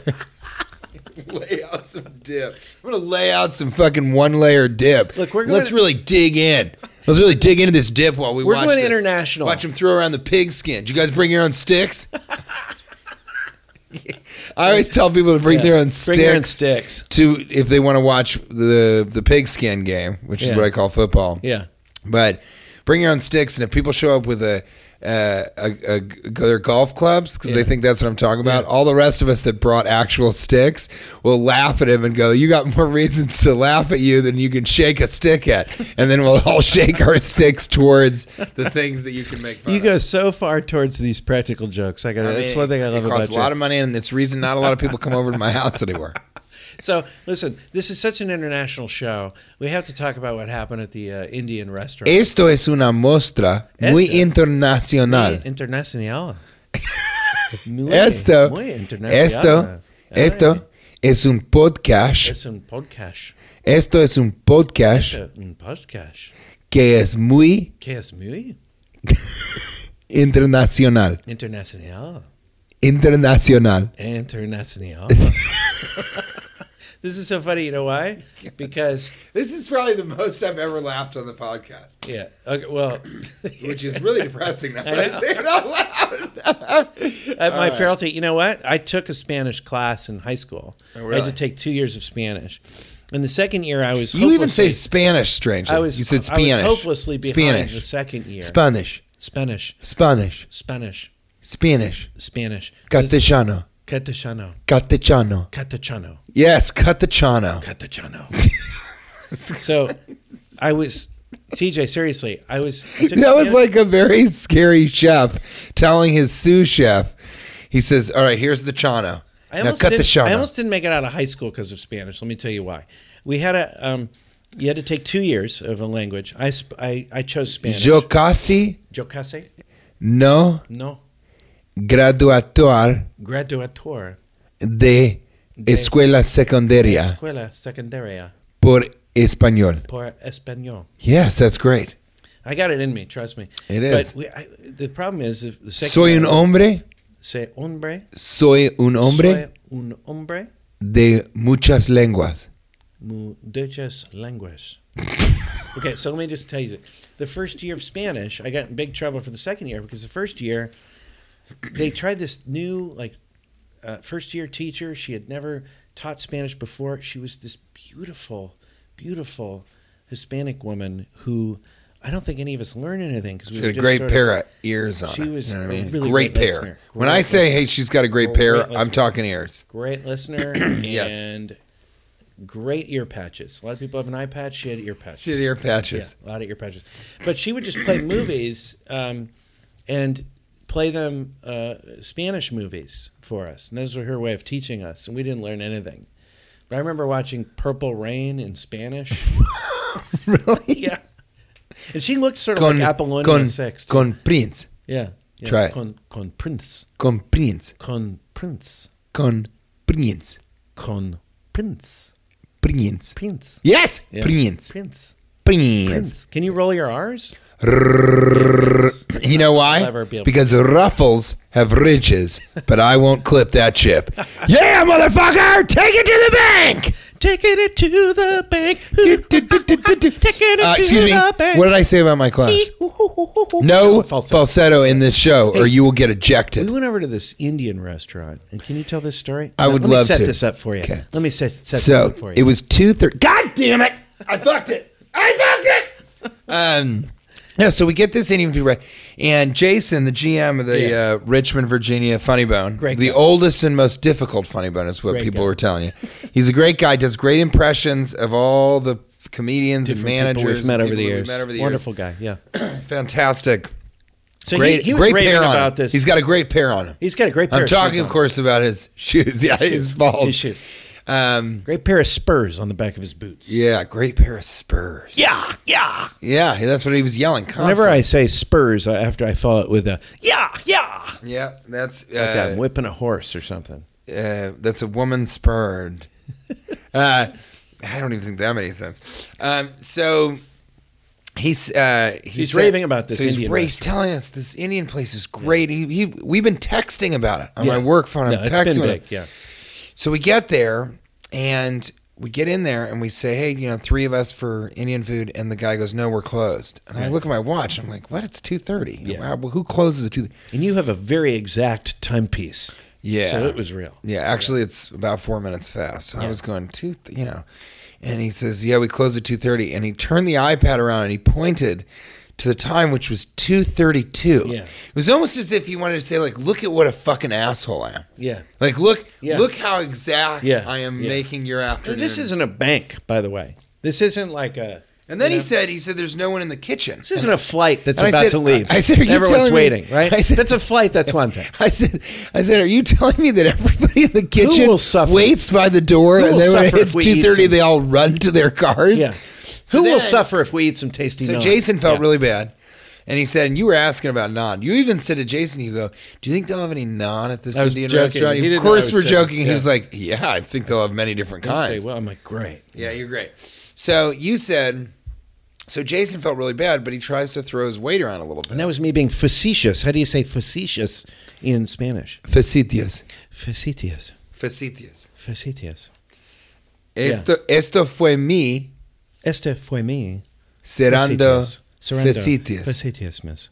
lay out some dip. I'm gonna lay out some fucking one layer dip. Look, we're let's going- really dig in. Let's really dig into this dip while we We're watch going the- international. Watch them throw around the pig skin. Did you guys bring your own sticks? I always tell people to bring their own sticks Bring your own sticks. to if they want to watch the the pigskin game, which is Yeah. what I call football. Yeah. But bring your own sticks, and if people show up with a uh, a, a, their golf clubs because they Yeah. think that's what I'm talking about. All the rest of us that brought actual sticks will laugh at him and go, "You got more reasons to laugh at you than you can shake a stick at," and then we'll all shake our sticks towards the things that you can make. Fun You of. go so far towards these practical jokes. I got I to that's mean, one thing I it love costs about a lot you. of money, and it's the reason not a lot of people come over to my house anymore. so listen, this is such an international show. We have to talk about what happened at the uh, Indian restaurant. Esto es una muestra muy Esta. internacional. International. Muy- Esto, muy internacional. esto, Ay, esto es un podcast. Es un podcast. Esto es un podcast Esto, Un podcast. que es muy Que es muy internacional. internacional. Internacional. International. this is so funny. You know why? Because This is probably the most I've ever laughed on the podcast, yeah. Okay, well, which is really depressing. Now that I know. say it out loud. at my feral team, you know what? I took a Spanish class in high school. I Oh, really? had to take two years of Spanish. In the second year, I was You even say hopelessly- Spanish, strangely. I was you said I was Spanish. hopelessly behind the Spanish. second year. Spanish. Spanish, Spanish. Spanish, Spanish. Spanish. Castellano. Catechano, Catechano. Catechano, Yes, Catechano. Catechano. so, I was TJ. Seriously, I was. I took that was Spanish- like a very scary chef telling his sous chef. He says, "All right, here's the chano. I now almost, cut the didn't, chano." I almost didn't make it out of high school because of Spanish. Let me tell you why. We had a um, you had to take two years of a language. I sp- I, I chose Spanish. Yo casi Yo casi no no graduator graduator de escuela secundaria escuela secundaria por español. por español. Yes, that's great. I got it in me. Trust me. It is. But we, I, the problem is if the second Soy un hombre. Say hombre. Soy un hombre Soy un hombre. de muchas lenguas. Muchas lenguas. okay, so let me just tell you the first year of Spanish, I got in big trouble for the second year because the first year they tried this new, like, uh, first year teacher. She had never taught Spanish before. She was this beautiful, beautiful Hispanic woman who I don't think any of us learned anything because we She were had a just great sort of- pair of ears on. She her, was you know what I a mean? really great, great pair. listener. when Great I say, "Hey, she's got a great pair," Great I'm listener. talking ears. Great listener and Yes. great ear patches. A lot of people have an eye patch. She had ear patches. She had ear patches. Yeah, a lot of ear patches. But she would just play movies um, and play them uh, Spanish movies for us. And those were her way of teaching us. And we didn't learn anything. But I remember watching Purple Rain in Spanish. really? Yeah. And she looked sort of like Apollonia Six. con Prince. yeah. Yeah, Try it. Con, con Prince. Con Prince. Con Prince. Con Prince. Con Prince. Prince. Prince. Yes! Yeah. Prince. Prince. Prince. Prince. Can you roll your R's? You know why? Clever, Bill. Because ruffles have ridges, but I won't clip that chip. Yeah, motherfucker! Take it to the bank! Taking it to the bank. Do, do, do, do, do, do. Taking it Uh, to excuse me. the bank. What did I say about my class? No falsetto, in this show, or you will get We ejected. went over to this Indian restaurant, and can you tell this story? I would Let me love set to. this up for you. Okay. Let me set, set this So up for you. it was two thirty. God damn it! I fucked it. I fucked it. Um. No, so we get this interview right, and Jason, the GM of the Yeah. uh, Richmond, Virginia Funny Bone, Great the guy. oldest and most difficult Funny Bone is what Great people guy. were telling you. He's a great guy, does great impressions of all the comedians Different and people managers. we've met and over the people we've years. met over the Wonderful guy. Yeah. years. Fantastic. So great, he, he was great raving pair on about him. this. He's got a great pair on him. He's got a great pair I'm of shoes talking, of on. course, about his shoes. Yeah, his, shoes. balls. His shoes. Um, great pair of spurs on the back of his boots. yeah, great pair of spurs. Yeah. Yeah. Yeah, that's what he was yelling Whenever constantly. I say spurs, I, after I follow it with a yeah, yeah, yeah, that's like I'm uh, whipping a horse or something. uh, that's a woman spurred. uh, I don't even think that made any sense. Um, so he's uh, he He's said- raving about this So he's, Indian ra- he's telling us this Indian place is great. He, he, we've been texting about it on my work phone. No, I'm it's texting been with big. him. Yeah. So we get there and we get in there and we say, hey, you know, three of us for Indian food. And the guy goes, no, we're closed. And I look at my watch. I'm like, what? It's 2.30. Yeah. Wow, well, who closes at 2.30? And you have a very exact timepiece. Yeah. So it was real. Yeah, actually, it's about four minutes fast. So I was going, two, th- you know. And he says, yeah, we close at 2.30. And he turned the iPad around and he pointed to the time, which was 2.32. Yeah. It was almost as if he wanted to say, like, look at what a fucking asshole I am. Yeah. Like, look, Yeah. look how exact Yeah. I am Yeah. making your afternoon. This isn't a bank, by the way. This isn't like a. And then you he know, said, he said, there's no one in the kitchen. This isn't a flight that's And I about said- to leave. I said, "Are you everyone's telling me-" waiting, right? I said- that's a flight. That's one thing. I said, I said, are you telling me that everybody in the kitchen will suffer? waits by the door, Who and will then when suffer it's if we eat two thirty, some- they all run to their cars? Yeah. So Who then- will suffer if we eat some tasty? So naan? Jason felt Yeah. really bad, and he said, and you were asking about naan. You even said to Jason, you go, do you think they'll have any naan at this I was Indian joking. restaurant? He You- didn't Of know I course, was we're joking. joking. And he Yeah. was like, yeah, I think they'll have many different Okay, kinds. well, I'm like, great. Yeah, you're great. So you said, so Jason felt really bad, but he tries to throw his weight around a little bit. And that was me being facetious. How do you say facetious in Spanish? Facetious. Facetious. Facetious. Facetious. Esto, esto fue mi Este fue mi. cerrando Facetious. Surrender. facetious. Facetious, miss.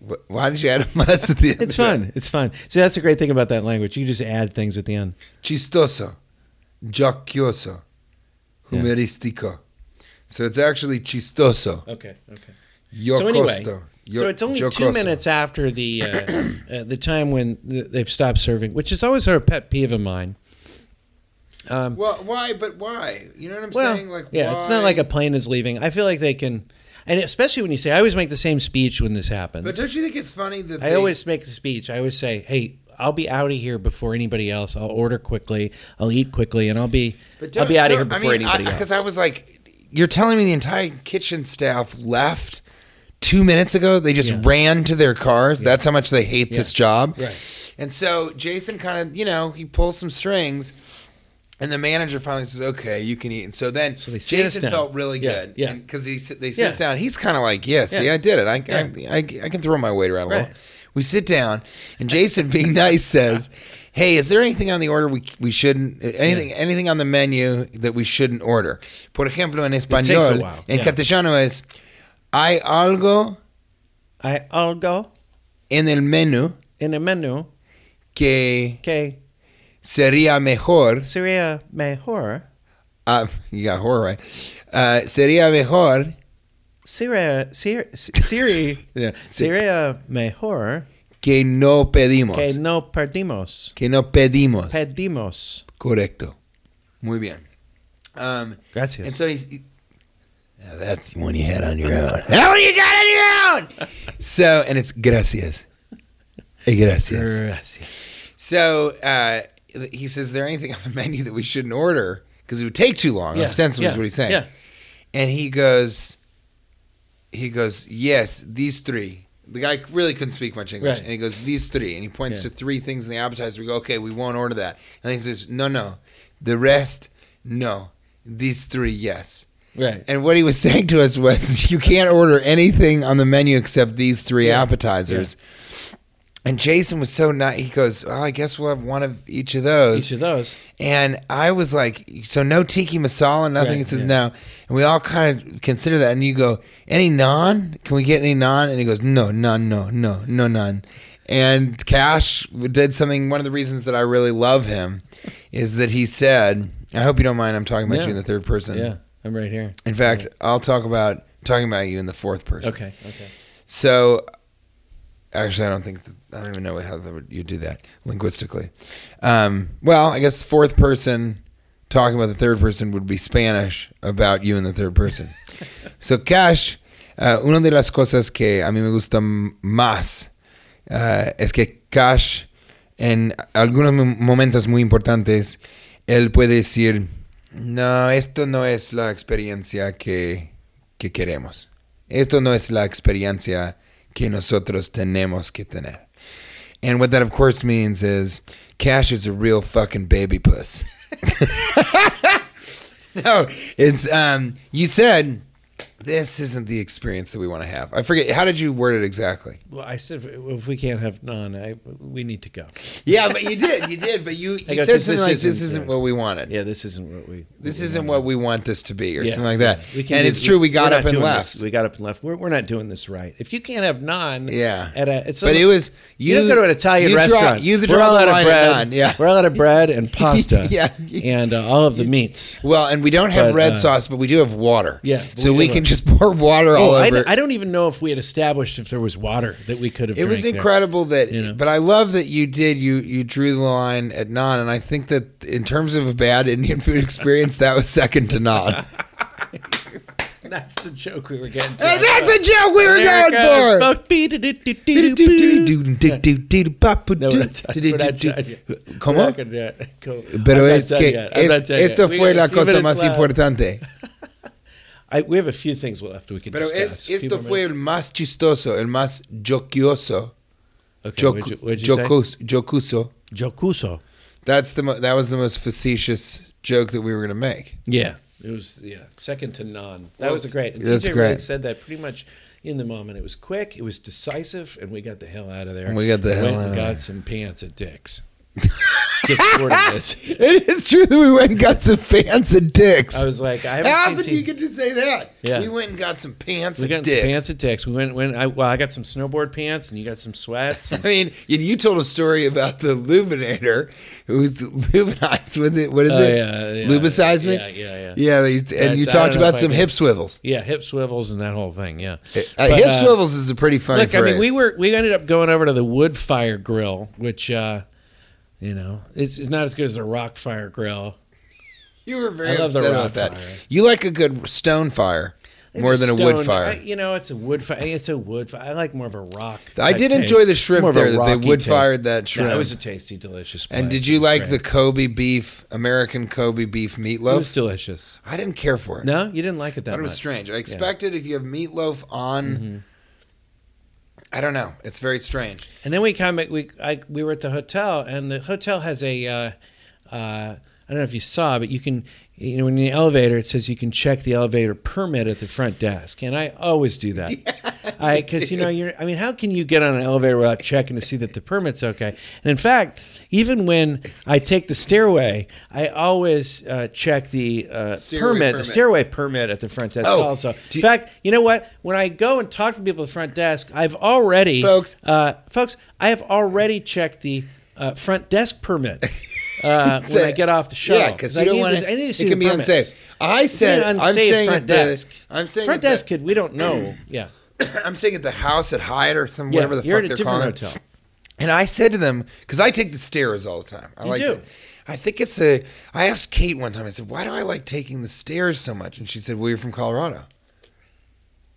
Wh- Why did you add a mas at the end? It's of it? fun. It's fun. See, that's the great thing about that language. You just add things at the end. Chistoso, jocoso, Yeah. humoristico. So it's actually chistoso. Okay. Okay. Jocosto. so anyway, Yo- so it's only two jocoso. minutes after the uh, uh, the time when th- they've stopped serving, which is always a pet peeve of mine. Well, why? But why? You know what I'm saying? Like, yeah, it's not why? like a plane is leaving. I feel like they can, and especially when you say, I always make the same speech when this happens. But don't you think it's funny that I they- always make the speech. I always say, "Hey, I'll be out of here before anybody else. I'll order quickly. I'll eat quickly, and I'll be I'll be out of here before anybody else." Because I was like, you're telling me the entire kitchen staff left two minutes ago. They just Yeah. ran to their cars. That's how much they hate this job. Right. And so Jason kind of, you know, he pulls some strings. And the manager finally says, "Okay, you can eat." And so then they sit us Jason down. felt really Yeah, good, yeah. because he sit- they Yeah. sits down. He's kind of like, "Yeah, see, Yeah. I did it. I, Yeah. I, I, I can throw my weight around a Right. little." We sit down, and Jason, being nice, says, "Hey, is there anything on the order we we shouldn't anything anything on the menu that we shouldn't order? Por ejemplo, en takes a español, while. en Yeah. castellano es hay algo I I'll go en el menú in the menu. que Okay, sería mejor. Syria mejor. Uh, you got horror right. Uh, sería mejor Syria Syria Syria yeah. Syria uh, mejor. que no pedimos. Que no perdimos. Que no pedimos. Pedimos. Correcto. Muy bien. Um, Gracias. And so he's. he- now that's the one you had on your own. That one you got on your own! so, and it's gracias. Eh, Gracias. Gracias. So uh, he says, Is there anything on the menu that we shouldn't order? Because it would take too long. Yeah, Ostensibly is yeah, what he's saying. yeah. And he goes, He goes, Yes, these three. the guy really couldn't speak much English, Right. and he goes, "These three. and he points Yeah. to three things in the appetizer. We go, "Okay, we won't order that." And he says, "No, no, the rest, no, these three, yes." Right. And what he was saying to us was, "You can't order anything on the menu except these three appetizers." And Jason was so nice. He goes, "Well, I guess we'll have one of each of those." Each of those. And I was like, so no tiki masala, nothing. Right, it says yeah. no. And we all kind of consider that. And you go, any naan? Can we get any naan? And he goes, no, naan, no, no, no naan. And Cash did something. One of the reasons that I really love him is that he said, I hope you don't mind. I'm talking about Yeah. you in the third person. Yeah, I'm right here. In fact, I'll talk about talking about you in the fourth person. Okay. Okay. So, actually, I don't think that, I don't even know how that would, you do that linguistically. Um, well, I guess fourth person talking about the third person would be Spanish about you in the third person. so, Cash, uh, una de las cosas que a mí me gusta más uh, es que Cash, en algunos mo- momentos muy importantes, él puede decir, no, esto no es la experiencia que, que queremos. Esto no es la experiencia que nosotros tenemos que tener. And what that, of course, means is Cash is a real fucking baby puss. no, it's, um, you said, this isn't the experience that we want to have. I forget, how did you word it exactly? Well, I said if we can't have none, I we need to go. Yeah, but you did, you did, but you, you go, said 'cause something this like, this isn't- isn't yeah. what we wanted. Yeah, this isn't what we. This we isn't wanted. what we want this to be, or Yeah, something like yeah. that. We can And do- it's true, we we're got not up and doing left. this. We got up and left. We're, we're not doing this right. If you can't have none, Yeah. At a, it's But it was- almost- you, you- don't go to an Italian you draw- restaurant. you we're draw all the out of line at bread. none, yeah. we're all out of bread and pasta. Yeah. and uh, all of the meats. Well, and we don't have But, red uh, sauce, but we do have water. Yeah, but so we we do can have- just pour water all Oh, I, over. I don't even know if we had established if there was water that we could have. it was drank there. incredible that, you know. but I love that you did. You you drew the line at naan, and I think that in terms of a bad Indian food experience, that was second to none. That's the joke we were getting. To. and that's a joke we were There it goes. going for. Smoked beef. Do-do-do-do-do-do. No, we're not done- we're not done yet. We're ¿Cómo? not gonna do it. Cool. Pero I'm not es done que yet. I'm es- not done yet. esto We fue got a la few cosa minutes más left. importante. I, we have a few things left we can Pero discuss. es, Few esto more fue el minutes. más chistoso, el más jocoso. Okay, Joc- what'd you- what'd you say? jocos- jocoso. Jocuso. That's the mo- that was the most facetious joke that we were gonna make. Yeah, it was yeah second to none. That Well, was a great. And that's TJ really great. said that pretty much in the moment. It was quick. It was decisive, and we got the hell out of there. We got the hell went out and of got there. some pants at Dick's. Dick's Sporting Goods. It is true that we went and got some pants and dicks. I was like, I haven't How seen did T- you get to say that? Yeah. We went and got some pants We and got dicks. some pants at Dick's. We went when I well, I got some snowboard pants, and you got some sweats. and- I mean, you, you told a story about the Lubinator who's Lubinized with it. What is Oh, it? yeah, yeah. Lubicized me? Yeah, yeah, yeah. Yeah, he's- and That- you I talked don't know about if I some can- hip swivels. yeah, hip swivels and that whole thing. Yeah, Uh, But, hip uh, swivels is a pretty funny Look, I mean, we phrase. were we ended up going over to the wood fire grill, which uh, you know, it's, it's not as good as the rock fire grill. You were very I love the upset rock about that. fire. You like a good stone fire more It's than a wood stone- fire. I- you know, it's a wood fire. It's a wood fire. I like more of a rock. I type did taste. enjoy the shrimp More of a there that they rocky wood taste. fired that shrimp. No, it was a tasty, delicious. and did you like the Kobe beef, American Kobe beef It meatloaf? was delicious. I didn't care for it. No, you didn't like it that But it was much. strange. I expected if you have meatloaf on, Mm-hmm. I don't know. It's very strange. And then we come, we I, we were at the hotel, and the hotel has a, uh, uh, I don't know if you saw, but you can, you know, when you're in the elevator, it says you can check the elevator permit at the front desk, and I always do that, I because you know you're, I mean, how can you get on an elevator without checking to see that the permit's okay? And in fact, even when I take the stairway, I always uh, check the uh, Stairway permit, the permit. stairway permit at the front desk. Oh, also, do in you- fact, you know what? When I go and talk to people at the front desk, I've already Folks. uh, folks, I have already checked the uh, front desk permit uh, when I get off the shuttle. Yeah, because you I don't need want to- I need to see It the can be permits. unsafe. I It's an said. I'm unsafe saying front at the, desk. I'm saying front at the- desk kid. We don't know. Yeah, I'm staying at the house at Hyatt or some Yeah, whatever the fuck you're at a they're different calling hotel. it. And I said to them because I take the stairs all the time. I You like do. to- I think it's a. I asked Kate one time. I said, "Why do I like taking the stairs so much?" And she said, "Well, you're from Colorado.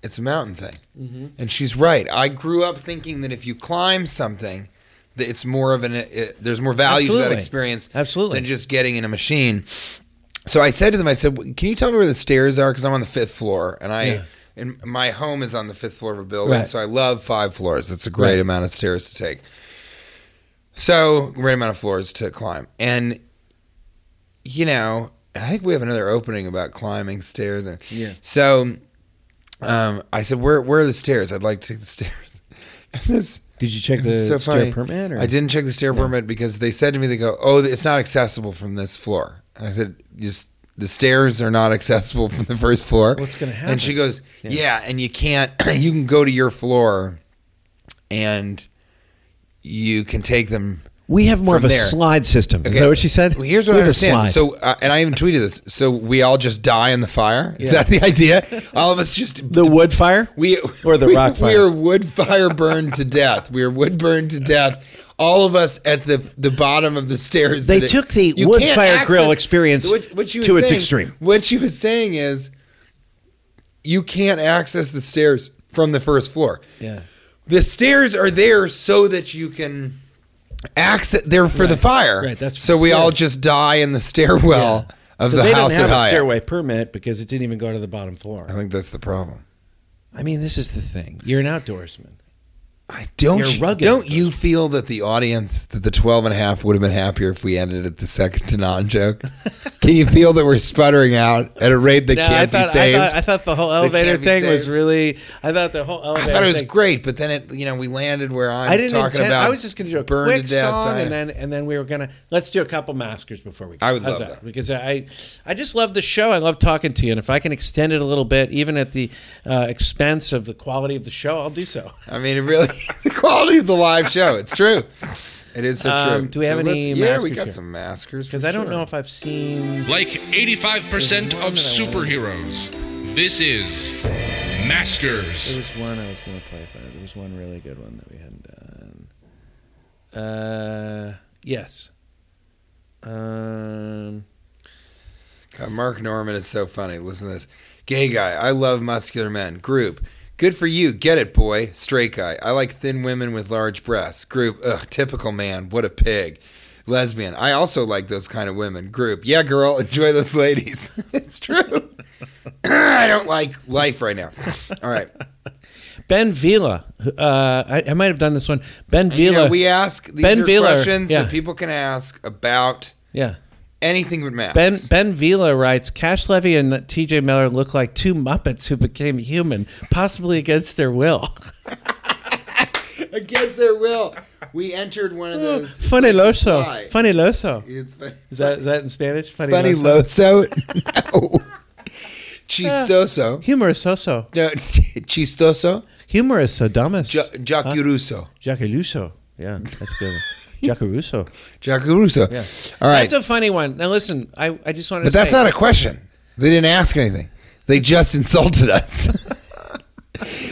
It's a mountain thing." Mm-hmm. And she's right. I grew up thinking that if you climb something, that it's more of an. It, there's more value to that Absolutely. experience, Absolutely. than just getting in a machine. So I said to them, I said, "Can you tell me where the stairs are? Because I'm on the fifth floor, and I Yeah. and my home is on the fifth floor of a building, Right. so I love five floors. That's a great Right. amount of stairs to take. So great amount of floors to climb, and you know, and I think we have another opening about climbing stairs. And Yeah. so um, I said, "Where where are the stairs? I'd like to take the stairs." And this. Did you check it was so the stair funny. permit, or- I didn't check the stair permit because they said to me, "They go, oh, it's not accessible from this floor." And I said, "Just the stairs are not accessible from the first floor." What's gonna And she happen? goes, "Yeah, and you can't. you can go to your floor, and you can take them." We have more From of a there. slide system. Is Okay. that what she said? Well, here's what we I have a understand. slide. So, uh, and I even tweeted this. So we all just die in the fire. Is that the idea? All of us just the wood fire. we Or the we, rock We fire. are wood fire burned to death. We are wood burned to death. All of us at the the bottom of the stairs. They that it- took the you wood can't fire grill experience she to was its saying- extreme. What she was saying is, you can't access the stairs from the first floor. Yeah. The stairs are there so that you can access. They're for the fire. Right, that's for so the we all stairs. just die in the stairwell of so the they house don't at have a Hyatt. stairway permit because it didn't even go to the bottom floor. I think that's the problem. I mean, this is the thing. You're an outdoorsman. I don't. You're rugged. Don't you feel that the audience, that the 12 and a half would have been happier if we ended at the second to non joke? Can you feel that we're sputtering out at a rate that can't be saved? I thought, the whole can't elevator be thing was saved. really. I thought the whole I elevator. thought it was thing- great, but then it, you know, we landed where I'm I didn't talking intend. about. I was just going to do a burn quick to death, song, dying. and then and then we were going to let's do a couple maskers before we. Go. I would How's love that. because I I just love the show. I love talking to you, and if I can extend it a little bit, even at the uh, expense of the quality of the show, I'll do so. I mean, it really the quality of the live show. It's true. It is so Um, true. do we have So let's- Yeah, any we maskers got here? some maskers. Because I don't know if I've seen. Like 85% of superheroes, this is There Maskers. was one I was going to play for. There was one really good one that we hadn't done. Uh, yes. Um, God, Mark Norman is so funny. Listen to this. Gay guy. I love muscular men. Group. Good for you. Get it, boy. Straight guy. I like thin women with large breasts. Group. Ugh, typical man. What a pig. Lesbian. I also like those kind of women. Group. Yeah, girl. Enjoy those ladies. it's true. I don't like life right now. All right. Ben Vila. who- Uh, I, I might have done this one. Ben Vila. You know, we ask these Ben are Vila, questions yeah. that people can ask about yeah. anything but masks. Ben Ben Vila writes, Cash Levy and T.J. Miller look like two Muppets who became human, possibly against their will. Against their will. We entered one of those. Funny Funny loso. It's funny. Oh, Is that is that in Spanish? Funny Bunny Loso? no. Chistoso. Humoroso. No, chistoso. Humoroso. Ja- Ju- Jacuruso. Jacaruso. Yeah, that's a good. one. Jacaruso. Jacuruso. Yeah. All right. That's a funny one. Now listen, I, I just wanted but to that's say, not a question. They didn't ask anything. They just insulted us.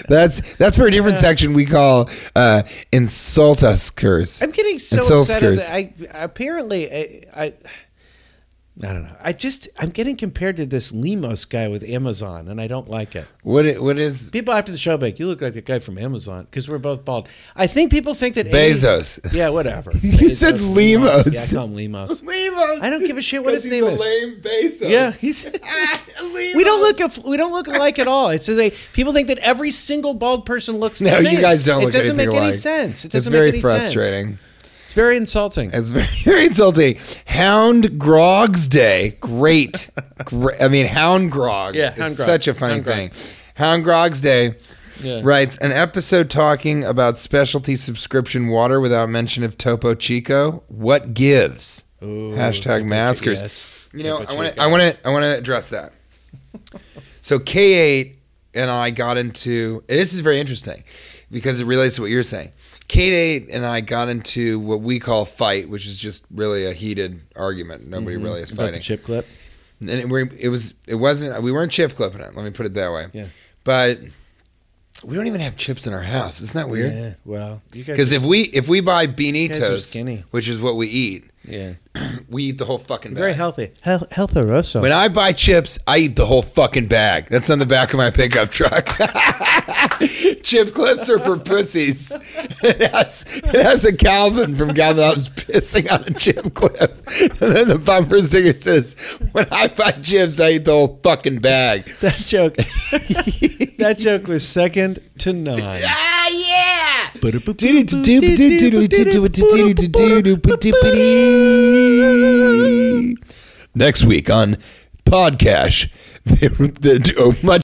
that's that's for a different section we call uh, insult us curse. I'm getting so Insult upset at curse. that I apparently I, I I don't know. I just I'm getting compared to this Lemos guy with Amazon and I don't like it. What i- what is People after the show be like, you look like the guy from Amazon because we're both bald. I think people think that any- Bezos? yeah, whatever. You said Lemos. Yeah, I call him Lemos. Lemos. I don't give a shit what his name is. lame Bezos. Ah, Yeah, he's. we don't look. af- We don't look alike at all. It's just a people think that every single bald person looks. No, the same. you guys don't. It look doesn't make anything any alike. sense. It it's doesn't very make any frustrating. Sense. It's very insulting. It's very, very insulting. Hound Grog's Day. Great. Great. I mean, Hound Grog. Yeah, is Hound Grog. such a funny Hound Grog. thing. Hound Grog's Day Yeah. writes an episode talking about specialty subscription water without mention of Topo Chico. What gives? Hashtag maskers. yes. You know, Topo I want to. Chico. I want to. I want to address that. So K eight and I got into this is very interesting because it relates to what you're saying. K eight and I got into what we call fight, which is just really a heated argument. Nobody really is Mm-hmm. About the fighting. chip clip. And it, we it was it wasn't we weren't chip clipping it. Let me put it that way. Yeah. But we don't even have chips in our house. Isn't that weird? Yeah. Well, you guys. Because if just- we if we buy guys are beanitos, skinny. which is what we eat, yeah, we eat the whole fucking bag. very healthy, Hel- healthy rosso. When I buy chips, I eat the whole fucking bag. That's on the back of my pickup truck. Chip clips are for pussies. It has, it has a Calvin from Calvin Hobbs pissing on a chip clip. And then the bumper sticker says, When I buy chips, I eat the whole fucking bag. that joke. That joke was second to none. Next week on Podcast, the, the, oh, my